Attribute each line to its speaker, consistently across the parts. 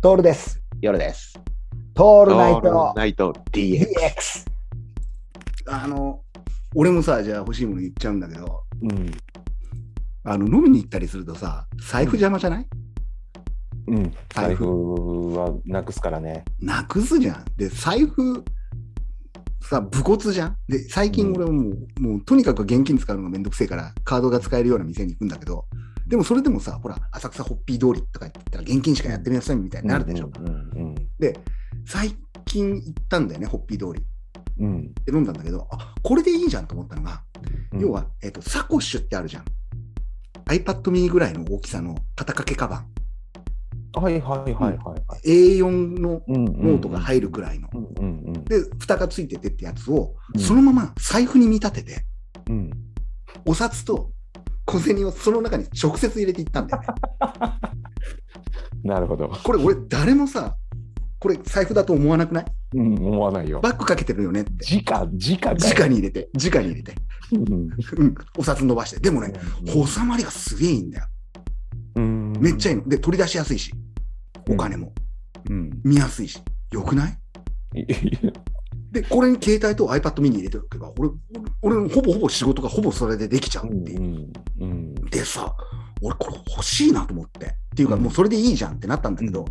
Speaker 1: トールです。
Speaker 2: 夜です。
Speaker 1: ト
Speaker 2: オ
Speaker 1: ールナイト
Speaker 2: ナイト DX。
Speaker 1: DX。
Speaker 3: あの、俺もさ、じゃあ欲しいもの言っちゃうんだけど、
Speaker 2: うん。
Speaker 3: あの、飲みに行ったりするとさ、財布邪魔じゃない、
Speaker 2: うん。財
Speaker 3: 財布
Speaker 2: 布はなくすからね。
Speaker 3: なくすじゃん。で、財布、さ、武骨じゃんで、最近俺はもう、もう、とにかく現金使うのがめんどくせえから、カードが使えるような店に行くんだけど、でもそれでもさ、ほら、浅草ホッピー通りとか言ったら現金しかやってみなさいみたいになるでしょ。
Speaker 2: うんうん
Speaker 3: で、最近行ったんだよね、ホッピー通り。
Speaker 2: うん。うん
Speaker 3: で、飲んだんだけど、あ、これでいいじゃんと思ったのが、
Speaker 2: うん
Speaker 3: 要は、えっと、サコッシュってあるじゃん。iPad mini ぐらいの大きさの肩掛けカバン。
Speaker 2: はいはいはいはい。
Speaker 3: A4 の
Speaker 2: うん
Speaker 3: ノートが入るくらいの。
Speaker 2: うんうんうん。
Speaker 3: で、蓋がついててってやつを、
Speaker 2: うん
Speaker 3: そのまま財布に見立てて、
Speaker 2: うん。
Speaker 3: お札と小銭をその中に直接入れていったん だよね。
Speaker 2: なるほど。
Speaker 3: これ、俺、誰もさ、これ財布だと思わなくない
Speaker 2: うん、思わないよ。
Speaker 3: バッグかけてるよねって。
Speaker 2: 直、直かよ
Speaker 3: 直に入れて、直に入れて、
Speaker 2: うん
Speaker 3: うん、お札伸ばして。でもね、収まりがすげえいいんだよ。
Speaker 2: うん。
Speaker 3: めっちゃ
Speaker 2: ゃ
Speaker 3: いいの。で、取り出しやすいし、お金も
Speaker 2: うん。
Speaker 3: 見やすいし、よくないで、これに携帯と iPad mini 入れておけば、俺、俺俺ほぼほぼ仕事がほぼそれでできちゃうっていう。
Speaker 2: うんうん。
Speaker 3: でさ、俺これ欲しいなと思って。っていうか、
Speaker 2: うん
Speaker 3: もうそれでいいじゃんってなったんだけど、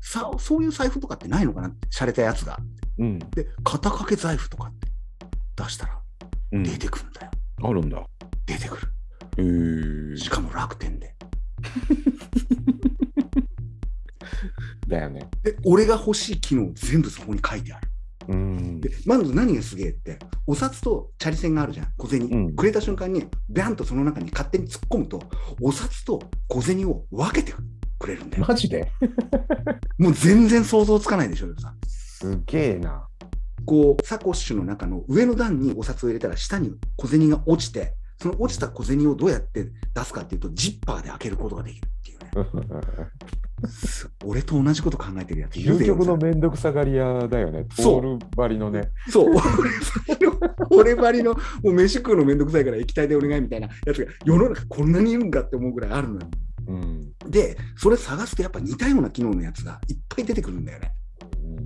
Speaker 3: さそういう財布とかってないのかなって、洒落たやつが。
Speaker 2: うん。
Speaker 3: で、肩掛け財布とかって出したら
Speaker 2: うん。
Speaker 3: 出てくるんだよ。
Speaker 2: あるんだ。
Speaker 3: 出てくる。
Speaker 2: えー
Speaker 3: しかも楽天で。
Speaker 2: だよね。
Speaker 3: で、俺が欲しい機能全部そこに書いてある。
Speaker 2: うん
Speaker 3: で、まず何がすげえって、お札とチャリ線があるじゃん、小銭。
Speaker 2: うん
Speaker 3: くれた瞬間に、ビャンとその中に勝手に突っ込むと、お札と小銭を分けてくれるんだよ。
Speaker 2: マジで
Speaker 3: もう全然想像つかないでしょ、ヨルさん。
Speaker 2: すげえな。
Speaker 3: こうサコッシュの中の上の段にお札を入れたら下に小銭が落ちてその落ちた小銭をどうやって出すかっていうとジッパーで開けることができるっていうねす俺と同じこと考えてるやついる
Speaker 2: 究
Speaker 3: ぜ
Speaker 2: 極の
Speaker 3: ヨル
Speaker 2: めんどくさがり屋だよね。
Speaker 3: そ
Speaker 2: ト
Speaker 3: う
Speaker 2: ールばりのね。
Speaker 3: さんそう 俺ばりの俺ばりのもう飯食うのめんどくさいから液体でお願いみたいなやつが世の中こんなにいるんかって思うぐらいあるのよ
Speaker 2: うん。
Speaker 3: でそれ探すとやっぱ似たような機能のやつがいっぱい出てくるんだよね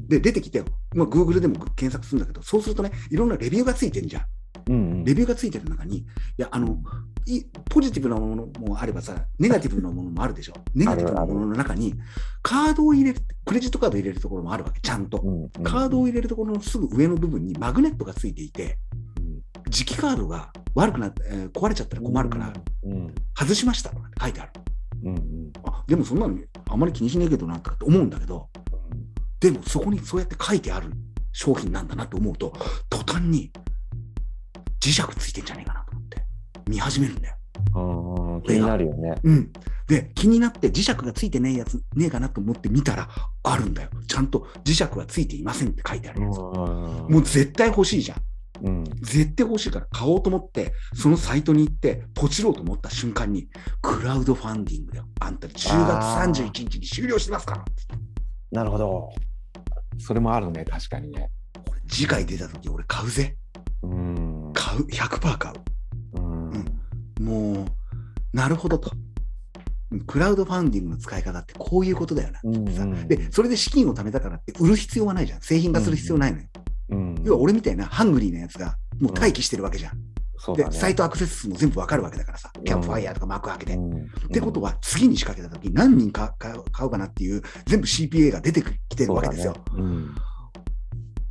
Speaker 3: で出てきて、まあ、Google でも検索するんだけどそうするとねいろんなレビューがついてるじゃん
Speaker 2: うん
Speaker 3: レビューがついてる中に、いや、あの、いポジティブなものもあればさ、ネガティブなものもあるでしょ。ネガティブなものの中に、カードを入れる、クレジットカードを入れるところもあるわけ、ちゃんと。
Speaker 2: うん
Speaker 3: カードを入れるところのすぐ上の部分にマグネットがついていて、磁気カードが悪くなって、えー壊れちゃったら困るから、。
Speaker 2: うん
Speaker 3: 外しましたとかって書いてある。
Speaker 2: うんうん
Speaker 3: あでもそんなのあまり気にしねえけどなとかって思うんだけど、でもそこにそうやって書いてある商品なんだなと思うと、途端に磁石ついてんじゃねえかなと思って、見始めるんだよ。
Speaker 2: あー気になるよね。
Speaker 3: うん、で気になって磁石がついてないやつねえかなと思って見たらあるんだよちゃんと磁石はついていませんって書いてあるやつも
Speaker 2: も
Speaker 3: う絶対欲しいじゃん
Speaker 2: うん、
Speaker 3: 絶対欲しいから買おうと思ってそのサイトに行ってポチろうと思った瞬間にクラウドファンディングだよあんた
Speaker 2: あ
Speaker 3: 10月31
Speaker 2: ー
Speaker 3: 日に終了してますから
Speaker 2: なるほど。それもあるね、確かにね。
Speaker 3: 俺次回出た時俺買うぜ
Speaker 2: うん。
Speaker 3: 買う100%買
Speaker 2: うん
Speaker 3: うんうもうなるほどとうんクラウドファンディングの使い方ってこういうことだよな
Speaker 2: うん
Speaker 3: さで、それで資金を貯めたからって売る必要はないじゃん。製品化する必要ないのよ。
Speaker 2: うん
Speaker 3: 要は俺みたいなハングリーなやつが、もう待機してるわけじゃん。
Speaker 2: そう
Speaker 3: で
Speaker 2: だ、ね
Speaker 3: サイトアクセス数も全部わかるわけだからさ、キャンプファイヤーとかマーク開けて。
Speaker 2: うん
Speaker 3: ってことは、次に仕掛けた時に何人か買う買うかなっていう、全部 CPA が出てきてるわけですよ。
Speaker 2: そうだねうん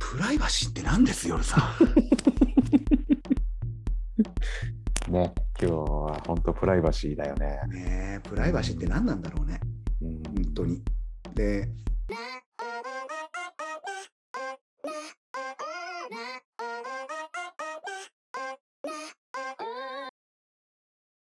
Speaker 3: プライバシーって何ですよ、さん。
Speaker 2: ね、今日は本当プ ライバシーだよね。
Speaker 3: ねえプライバシーって何なんだろうね、
Speaker 2: うん
Speaker 3: 本当に。で、